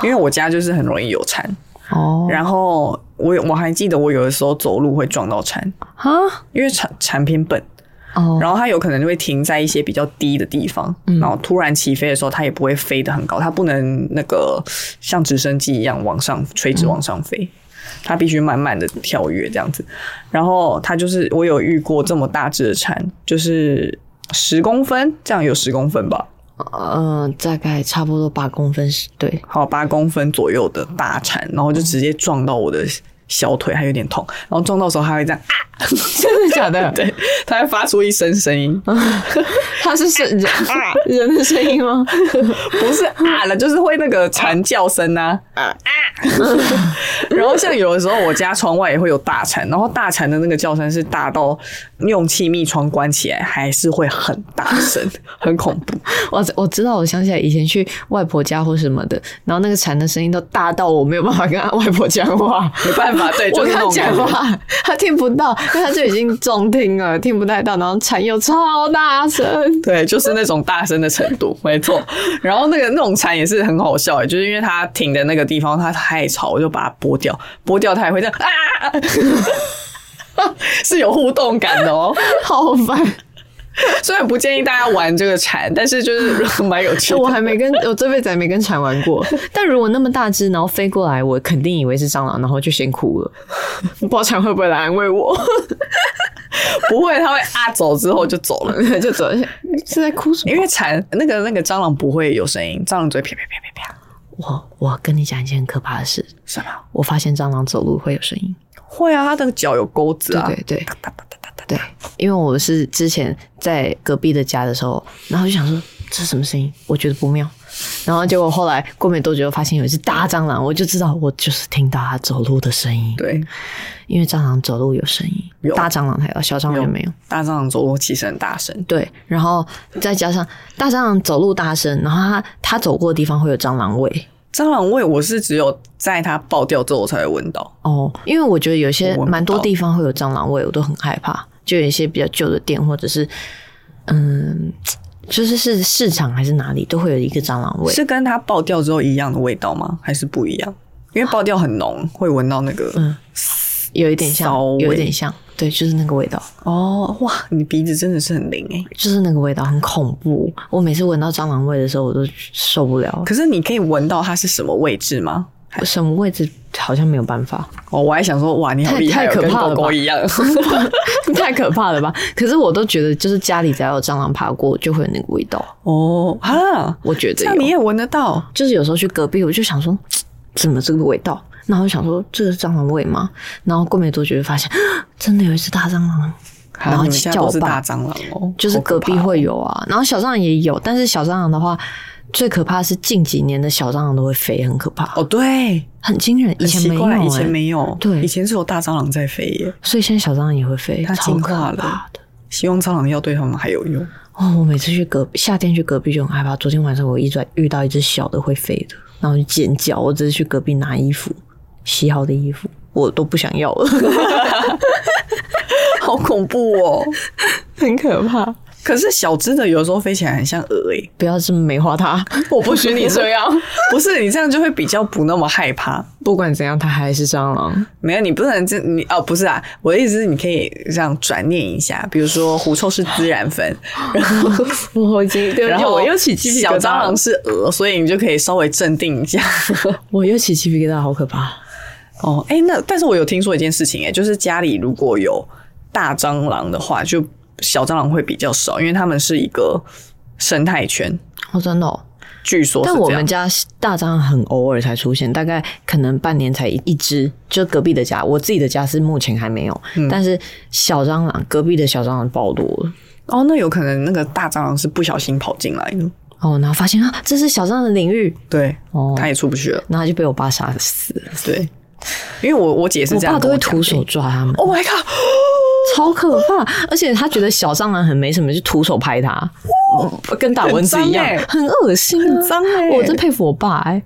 Speaker 3: 因为我家就是很容易有蝉，
Speaker 2: 哦，
Speaker 3: 然后我有我还记得我有的时候走路会撞到蝉，
Speaker 2: 啊，
Speaker 3: 因为蝉蝉偏笨，
Speaker 2: 哦，
Speaker 3: 然后它有可能就会停在一些比较低的地方，然后突然起飞的时候，它也不会飞得很高，它不能那个像直升机一样往上垂直往上飞，它必须慢慢的跳跃这样子。然后它就是我有遇过这么大只的蝉，就是十公分，这样有十公分吧，
Speaker 2: 嗯、大概差不多八公分是对，
Speaker 3: 好八公分左右的大蝉，然后就直接撞到我的。小腿还有点痛，然后撞到的时候它会这样，啊、
Speaker 2: 真的假的？
Speaker 3: 对，它会发出一声声音，
Speaker 2: 它是 是人人的声音吗？
Speaker 3: 不是啊了，就是会那个蝉叫声呐、啊， 然后像有的时候我家窗外也会有大蝉，然后大蝉的那个叫声是大到用气密窗关起来还是会很大声， 很恐怖。
Speaker 2: 我我知道，我想起来以前去外婆家或什么的，然后那个蝉的声音都大到我没有办法跟他外婆讲 话，
Speaker 3: 没办法对
Speaker 2: 我
Speaker 3: 就是
Speaker 2: 跟
Speaker 3: 那
Speaker 2: 他
Speaker 3: 种
Speaker 2: 讲话，他听不到，因为他就已经重听了，听不太到，然后蝉又超大声，
Speaker 3: 对，就是那种大声的程度，没错。然后那个那种蝉也是很好笑，欸就是因为它停的那个地方它太吵，我就把它拨掉，拨掉它也会这样啊， 是有互动感的哦。
Speaker 2: 好烦。
Speaker 3: 虽然不建议大家玩这个蝉，但是就是蛮有趣的。
Speaker 2: 我还没跟我这辈子还没跟蝉玩过， 但如果那么大只，然后飞过来，我肯定以为是蟑螂，然后就先哭了。 不知道蝉会不会来安慰我，
Speaker 3: 不会，它会啊走之后就走了，
Speaker 2: 就走一下是在哭什么？
Speaker 3: 因为蝉那个那个蟑螂不会有声音，蟑螂只会啪啪啪啪啪，
Speaker 2: 我我跟你讲一件很可怕的事，
Speaker 3: 什么？
Speaker 2: 我发现蟑螂走路会有声音。
Speaker 3: 会啊，它的脚有钩子啊，
Speaker 2: 对对对对，因为我是之前在隔壁的家的时候，然后就想说这是什么声音，我觉得不妙。然后结果后来过没多久，发现有一只大蟑螂，我就知道我就是听到它走路的声音，
Speaker 3: 对
Speaker 2: 因为蟑螂走路有声音
Speaker 3: 有，
Speaker 2: 大蟑螂才有，小蟑螂就没有。
Speaker 3: 大蟑螂走路其实很大声，
Speaker 2: 对，然后再加上大蟑螂走路大声，然后它它走过的地方会有蟑螂味。
Speaker 3: 蟑螂味我是只有在它爆掉之后我才会闻到，
Speaker 2: 哦，因为我觉得有些
Speaker 3: 我闻不
Speaker 2: 蛮多
Speaker 3: 到
Speaker 2: 地方会有蟑螂味，我都很害怕。就有一些比较旧的店，或者是嗯，就是是市场还是哪里，都会有一个蟑螂味。
Speaker 3: 是跟它爆掉之后一样的味道吗？还是不一样？因为爆掉很浓，会闻到那个、
Speaker 2: 嗯有一点像
Speaker 3: 骚，味
Speaker 2: 有一点像，对，就是那个味道，
Speaker 3: 哦，哇，你鼻子真的是很灵哎、
Speaker 2: 就是那个味道很恐怖。我每次闻到蟑螂味的时候，我都受不了。
Speaker 3: 可是你可以闻到它是什么位置吗？
Speaker 2: 什么位置好像没有办法，
Speaker 3: 哦，我还想说，哇，你好
Speaker 2: 太
Speaker 3: 厉害
Speaker 2: 太
Speaker 3: 哦，
Speaker 2: 可怕了
Speaker 3: 跟狗狗
Speaker 2: 吧
Speaker 3: 一样。
Speaker 2: 太可怕了吧？可是我都觉得，就是家里只要有蟑螂爬过，就会有那个味道。
Speaker 3: 哦，哈，
Speaker 2: 我觉得
Speaker 3: 这样
Speaker 2: 有
Speaker 3: 你也闻得到？
Speaker 2: 就是有时候去隔壁，我就想说，嘖怎么这个味道？然后我就想说，这个是蟑螂味吗？然后过没多久就发现， 啊真的有一只大蟑螂，
Speaker 3: 啊
Speaker 2: 然后
Speaker 3: 你们家
Speaker 2: 叫
Speaker 3: 都
Speaker 2: 我
Speaker 3: 是大
Speaker 2: 爸，
Speaker 3: 蟑螂哦，
Speaker 2: 就是
Speaker 3: 好可
Speaker 2: 隔壁
Speaker 3: 怕哦
Speaker 2: 会有啊，然后小蟑螂也有，但是小蟑螂的话，最可怕是近几年的小蟑螂都会飞，很可怕，
Speaker 3: 哦，对，
Speaker 2: 很惊人，以
Speaker 3: 很
Speaker 2: 前
Speaker 3: 奇
Speaker 2: 没有、
Speaker 3: 怪，以前
Speaker 2: 欸
Speaker 3: 没有，
Speaker 2: 对
Speaker 3: 以前是有大蟑螂在飞耶。
Speaker 2: 所以现在小蟑螂也会飞，
Speaker 3: 它
Speaker 2: 超
Speaker 3: 进
Speaker 2: 可怕
Speaker 3: 化了
Speaker 2: 的。
Speaker 3: 希望蟑螂药对他们还 有用。
Speaker 2: 哦，我每次去隔壁夏天去隔壁就很害怕。昨天晚上我一转遇到一只小的会飞的，然后就尖叫。我只是去隔壁拿衣服，洗好的衣服，我都不想要了。
Speaker 3: 好恐怖哦！
Speaker 2: 很可怕。
Speaker 3: 可是小只的有时候飞起来很像鹅 诶、
Speaker 1: 不要这么美化它。
Speaker 3: 我不许你这
Speaker 1: 样，
Speaker 3: 不是你这样就会比较不那么害怕。
Speaker 1: 不管怎样，它还是蟑螂。
Speaker 3: 没有，你不能这你哦，不是啊，我的意思是你可以这样转念一下，比如说狐臭是孜然粉， 然后
Speaker 1: 我已经，对
Speaker 3: 然后
Speaker 1: 我又起鸡皮
Speaker 3: 小
Speaker 1: 疙
Speaker 3: 蟑
Speaker 1: 瘩
Speaker 3: 螂，是鹅，所以你就可以稍微镇定一 下。
Speaker 1: 我又起鸡皮疙瘩，好可怕。
Speaker 3: 哦，哎、那但是我有听说一件事情、哎，就是家里如果有大蟑螂的话，就小蟑螂会比较少，因为它们是一个生态圈，
Speaker 1: 哦，真的、哦。
Speaker 3: 据说是
Speaker 1: 但我
Speaker 3: 这样
Speaker 1: 们家大蟑螂很偶尔才出现，大概可能半年才一一只。就隔壁的家，我自己的家是目前还没有，但是小蟑螂，隔壁的小蟑螂爆多了。
Speaker 3: 哦，那有可能那个大蟑螂是不小心跑进来的，
Speaker 1: 哦，然后发现啊，这是小蟑螂的领域，
Speaker 3: 对，
Speaker 1: 哦
Speaker 3: 它也出不去了，
Speaker 1: 然后就被我爸杀死了。
Speaker 3: 对，因为我我姐是
Speaker 1: 我
Speaker 3: 这样
Speaker 1: 爸都会
Speaker 3: 跟我讲的
Speaker 1: 徒手抓他们，
Speaker 3: ，Oh my god！
Speaker 1: 超可怕。而且他觉得小蟑螂很没什么，就徒手拍它，跟打蚊子一样
Speaker 3: 很 脏欸，
Speaker 1: 很恶心、啊，
Speaker 3: 很脏欸
Speaker 1: 我真佩服我爸哎、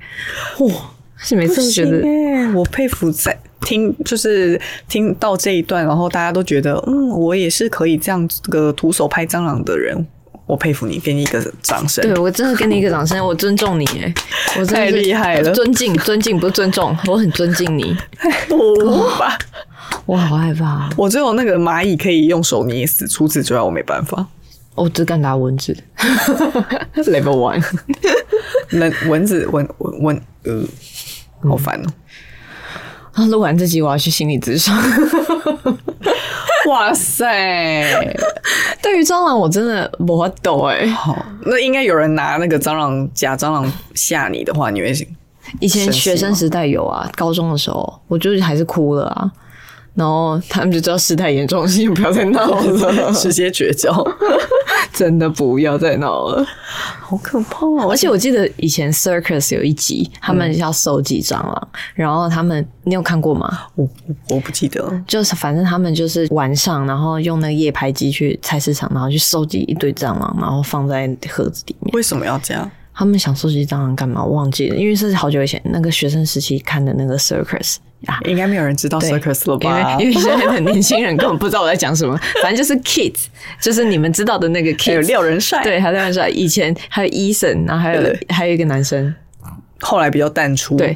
Speaker 1: 哇，是每次都觉得
Speaker 3: 不行欸我佩服在听，就是听到这一段，然后大家都觉得，嗯，我也是可以这样这个徒手拍蟑螂的人，我佩服你，给你一个掌声。
Speaker 1: 对我真的给你一个掌声，我尊重你 哎，我真的
Speaker 3: 太
Speaker 1: 是
Speaker 3: 厉害了
Speaker 1: 尊敬尊敬不是尊重，我很尊敬你，
Speaker 3: 我无法，
Speaker 1: 我好害怕，哦
Speaker 3: 我只有那个蚂蚁可以用手捏死，除此之外我没办法。
Speaker 1: 我只敢打蚊子，Level One，
Speaker 3: 蚊蚊子蚊蚊蚊呃，好烦哦、
Speaker 1: 啊录完这集我要去心理咨询。
Speaker 3: 哇塞，
Speaker 1: 对于蟑螂我真的我懂哎，
Speaker 3: 好，那应该有人拿那个蟑螂假蟑螂吓你的话，你会
Speaker 1: 以前
Speaker 3: 神奇
Speaker 1: 学生
Speaker 3: 吗
Speaker 1: 时代有啊，高中的时候我就是还是哭了啊。然后他们就知道事态严重性，不要再闹了，
Speaker 3: 直接绝交，
Speaker 1: 真的不要再闹了。
Speaker 3: 好可怕哦！
Speaker 1: 而且我记得以前 circus 有一集，他们要收集蟑螂，然后他们你有看过吗？
Speaker 3: 我我不记得了，
Speaker 1: 就是反正他们就是晚上，然后用那个夜拍机去菜市场，然后去收集一堆蟑螂，然后放在盒子里面。
Speaker 3: 为什么要这样？
Speaker 1: 他们想收集蟑螂干嘛？我忘记了，因为是好久以前那个学生时期看的那个 circus 啊。
Speaker 3: 应该没有人知道
Speaker 1: 对
Speaker 3: circus 了
Speaker 1: 因
Speaker 3: 吧
Speaker 1: 为？因为现在的年轻人根本不知道我在讲什么，反正就是 kids，就是你们知道的那个
Speaker 3: 还有
Speaker 1: kids。
Speaker 3: 廖人帅，，
Speaker 1: 对，还在那说以前还有 Eason，然后还有
Speaker 3: 对
Speaker 1: 还有一个男生，
Speaker 3: 后来比较淡出。
Speaker 1: 对，，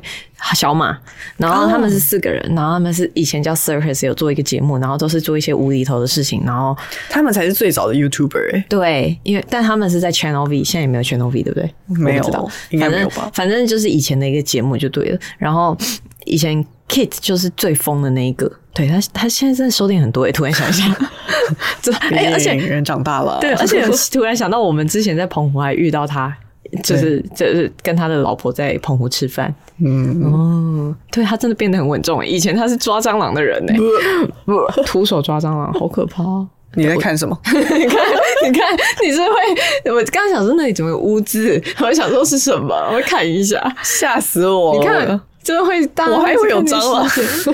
Speaker 1: 小马，然后他们是四个人，然后他们是以前叫 Circus 有做一个节目，然后都是做一些无厘头的事情，然后
Speaker 3: 他们才是最早的 YouTuber 哎、
Speaker 1: 对，因为但他们是在 Channel V，现在也没有 Channel V，对不对？
Speaker 3: 没有
Speaker 1: 我不知道
Speaker 3: 应该没有吧
Speaker 1: 反正反正就是以前的一个节目就对了。然后以前 Kit 就是最疯的那一个，对他他现在真的收敛很多诶、欸突然想一下， 这
Speaker 3: 毕
Speaker 1: 哎、
Speaker 3: 竟
Speaker 1: 而且
Speaker 3: 人长大了，
Speaker 1: 对，而且突然想到，我们之前在澎湖还遇到他，就是就是跟他的老婆在澎湖吃饭。嗯，哦，对他真的变得很稳重。欸以前他是抓蟑螂的人呢，欸不，徒手抓蟑螂，好可怕哦。
Speaker 3: 你在看 什么？
Speaker 1: 你看， 你看，你是会，我刚刚想说那里怎么有污渍，我想说是什么，我看一下。哦
Speaker 3: 吓死我！
Speaker 1: 你看，就是会，大家
Speaker 3: 我还以为有
Speaker 1: 会看你
Speaker 3: 蟑螂
Speaker 1: 视线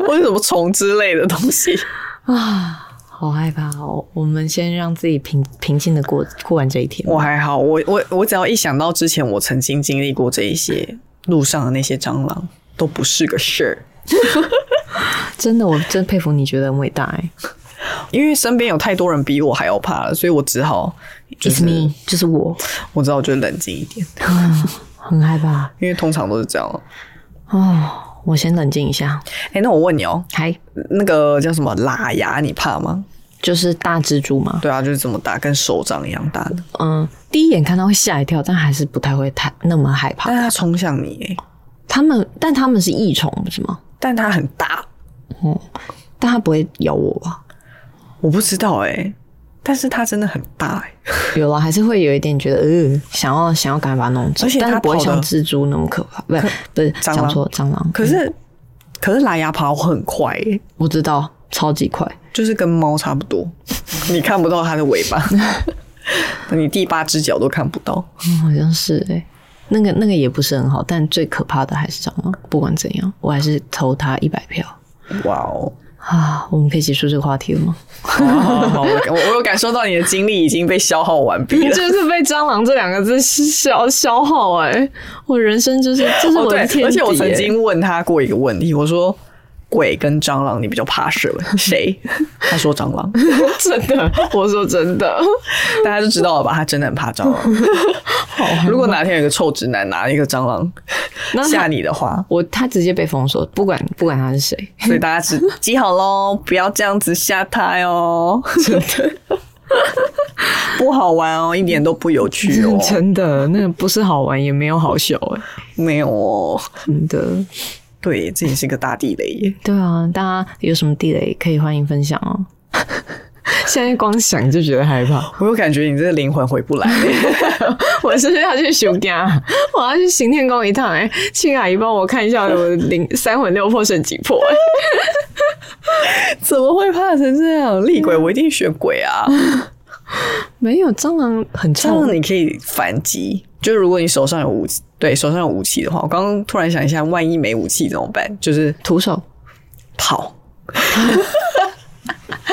Speaker 3: 我，我有什么虫之类的东西？
Speaker 1: 啊，好害怕哦。我们先让自己平平静的过过完这一天。
Speaker 3: 我还好，我我我只要一想到之前我曾经经历过这一些路上的那些蟑螂，都不是个事儿。
Speaker 1: 真的，我真佩服你，觉得很伟大哎、
Speaker 3: 因为身边有太多人比我还要怕了，所以我只好就
Speaker 1: It's
Speaker 3: 是
Speaker 1: me，就是我，
Speaker 3: 我只好就冷静一点，
Speaker 1: 很害怕
Speaker 3: 因为通常都是这样。
Speaker 1: 哦。我先冷静一下，
Speaker 3: 哎、那我问你哦、
Speaker 1: 还
Speaker 3: 那个叫什么喇牙，你怕吗？
Speaker 1: 就是大蜘蛛嘛，
Speaker 3: 对啊，就是这么大，跟手掌一样大的，
Speaker 1: 嗯，第一眼看到会吓一跳，但还是不太会太那么害怕
Speaker 3: 但。它冲向你、欸，
Speaker 1: 他们，但他们是异虫，不是吗？
Speaker 3: 但它很大，
Speaker 1: 但它不会咬我吧？
Speaker 3: 我不知道哎、但是它真的很大哎、
Speaker 1: 有了，还是会有一点觉得，呃，想要想要赶快把它弄走，
Speaker 3: 而且它
Speaker 1: 但是不会
Speaker 3: 跑得
Speaker 1: 像蜘蛛那么可怕，不是不是
Speaker 3: 蟑螂
Speaker 1: 讲错蟑螂，
Speaker 3: 可是、可是喇牙跑很快、欸，
Speaker 1: 我知道超级快，
Speaker 3: 就是跟猫差不 多，你看不到它的尾巴，你第八只脚都看不到。
Speaker 1: 嗯，好像是哎、那个那个也不是很好，但最可怕的还是蟑螂。不管怎样，我还是投他一百票
Speaker 3: 哇哦！
Speaker 1: 啊！我们可以结束这个话题了吗？
Speaker 3: 好好我我我有感受到你的精力已经被消耗完毕了。
Speaker 1: 就是被蟑螂这两个字消消耗
Speaker 2: 欸
Speaker 1: 哎、我人生就是这是
Speaker 3: 哦，
Speaker 1: 我
Speaker 3: 对
Speaker 1: 的天、敌。
Speaker 3: 而且我曾经问他过一个问题，我说：“鬼跟蟑螂你比较怕谁？ 谁？他说蟑螂，
Speaker 1: 真的，我说真的，
Speaker 3: 大家就知道了吧？他真的很怕 蟑螂。如果哪天有一个臭直男拿一个蟑螂
Speaker 1: 那他
Speaker 3: 吓你的话，
Speaker 1: 我他直接被封锁，不管不管他是谁，，
Speaker 3: 所以大家只记好喽，不要这样子吓他哦，真的 不好玩哦，一点都不有趣哦
Speaker 1: 真的，那个不是好玩，也没有好笑、哎，
Speaker 3: 没有哦。
Speaker 1: 真
Speaker 2: 嗯
Speaker 1: 的。
Speaker 3: 对，这也是个大地雷耶。
Speaker 1: 对啊，大家有什么地雷可以欢迎分享哦。现在光想就觉得害怕，
Speaker 3: 我有感觉你这个灵魂回不来耶，
Speaker 1: 我是不是要去熊家？ 我要去行天宫一趟哎、请阿姨帮我看一下我的灵三魂六魄剩几魄哎、
Speaker 3: 怎么会怕成这样？厉鬼，我一定选鬼啊！
Speaker 1: 没有蟑螂很
Speaker 3: 这
Speaker 1: 臭
Speaker 3: 样，你可以反击，就是如果你手上有武器，对手上有武器的话，我刚刚突然想一下，万一没武器怎么办？就是
Speaker 1: 徒手，
Speaker 3: 跑。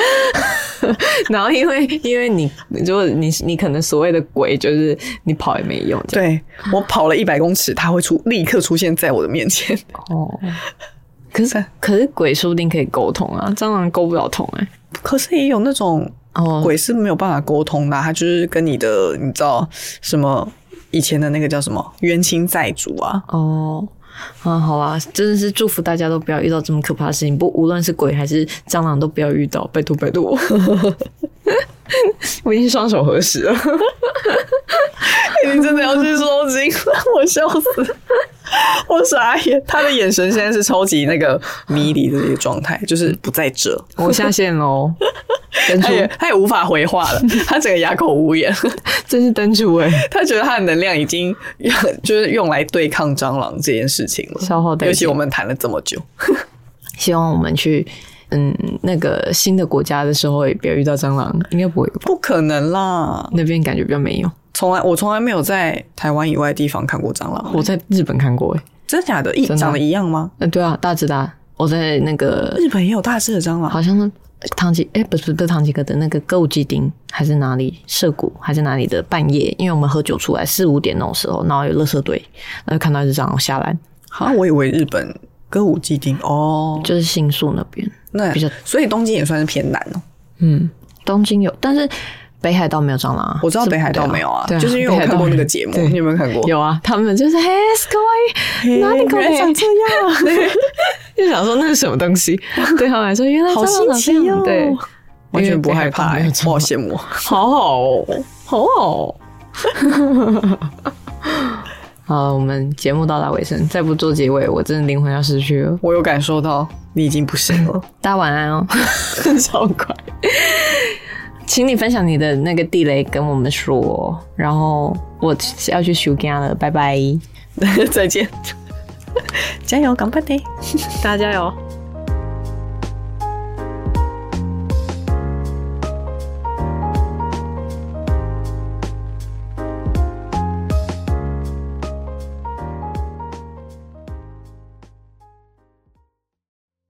Speaker 1: 然后因为因为你如果你你可能所谓的鬼就是你跑也没用，这样
Speaker 3: 对我跑了一百公尺，它会出立刻出现在我的面前。
Speaker 1: 哦。可是可是鬼说不定可以沟通啊，蟑螂沟不了通 哎、
Speaker 3: 可是也有那种
Speaker 1: 哦，
Speaker 3: 鬼是没有办法沟通的啊、它就是跟你的，你知道什么以前的那个叫什么冤亲债主啊？
Speaker 1: 哦，啊，好啦，真的是祝福大家都不要遇到这么可怕的事情，不，无论是鬼还是蟑螂都不要遇到，拜托拜托。我已经双手合十了，
Speaker 3: 你真的要去收金？我笑死，我傻眼。他的眼神现在是超级那个迷离的一个状态，就是不在这。
Speaker 1: 我下线喽，登
Speaker 3: 他
Speaker 1: 出
Speaker 3: 也，他也无法 回话了，他整个哑口无言。
Speaker 1: 真是登出哎、
Speaker 3: 他觉得他的能量已经就是用来对抗蟑螂这件事情了，
Speaker 1: 消耗殆尽
Speaker 3: 尤其我们谈了这么久，
Speaker 1: 希望我们去嗯那个新的国家的时候也不要遇到蟑螂，应该不会吧？
Speaker 3: 不可能啦！
Speaker 1: 那边感觉比较没有，
Speaker 3: 从来我从来没有在台湾以外的地方看过蟑螂，
Speaker 1: 我在日本看过哎、
Speaker 3: 真假的？一
Speaker 1: 哦真的
Speaker 3: 长得一样吗？
Speaker 1: 嗯、对啊，大直达，我在那个
Speaker 3: 日本也有大只的蟑螂，
Speaker 1: 好像是唐吉，哎、不是不是唐吉诃德，那个歌舞伎町还是哪里，涩谷还是哪里的半夜，因为我们喝酒出来四五点那种时候，然后有垃圾堆，然后看到一只蟑螂下来，
Speaker 3: 啊，我以为日本歌舞伎町哦，
Speaker 1: 就是新宿那边，
Speaker 3: 那
Speaker 1: 比较
Speaker 3: 所以东京也算是偏南哦。
Speaker 1: 嗯，东京有，但是北海道没有蟑螂啊，
Speaker 3: 我知道
Speaker 1: 是
Speaker 3: 北海道没有啊，
Speaker 1: 对啊
Speaker 3: 就是因为我看过那个节目，
Speaker 1: 北海道没
Speaker 3: 你有没有看过？
Speaker 1: 有啊，他们就是嘿
Speaker 3: 嘿，
Speaker 1: ，sky，哪
Speaker 3: 啊
Speaker 1: 里
Speaker 3: 原 来长这样，
Speaker 1: 就想说那是什么东西，对他们来说，原来
Speaker 3: 好
Speaker 1: 蟑
Speaker 3: 新
Speaker 1: 螂 这
Speaker 3: 奇
Speaker 1: 样
Speaker 3: 哦，
Speaker 1: 对，
Speaker 3: 完全不
Speaker 1: 因为北海
Speaker 3: 害怕、
Speaker 1: 道没有
Speaker 3: 欸，
Speaker 1: 蟑螂
Speaker 3: 我好羡慕。
Speaker 1: 好好哦，好好哦。好，我们节目到达尾声，再不做结尾，我真的灵魂要失去了。
Speaker 3: 我有感受到你已经不行 了，
Speaker 1: 大家晚安 哦，超快。请你分享你的那个地雷跟我们说，然后我要去修家了，拜拜，
Speaker 3: 再见，加油，干巴的。
Speaker 1: 大家加油。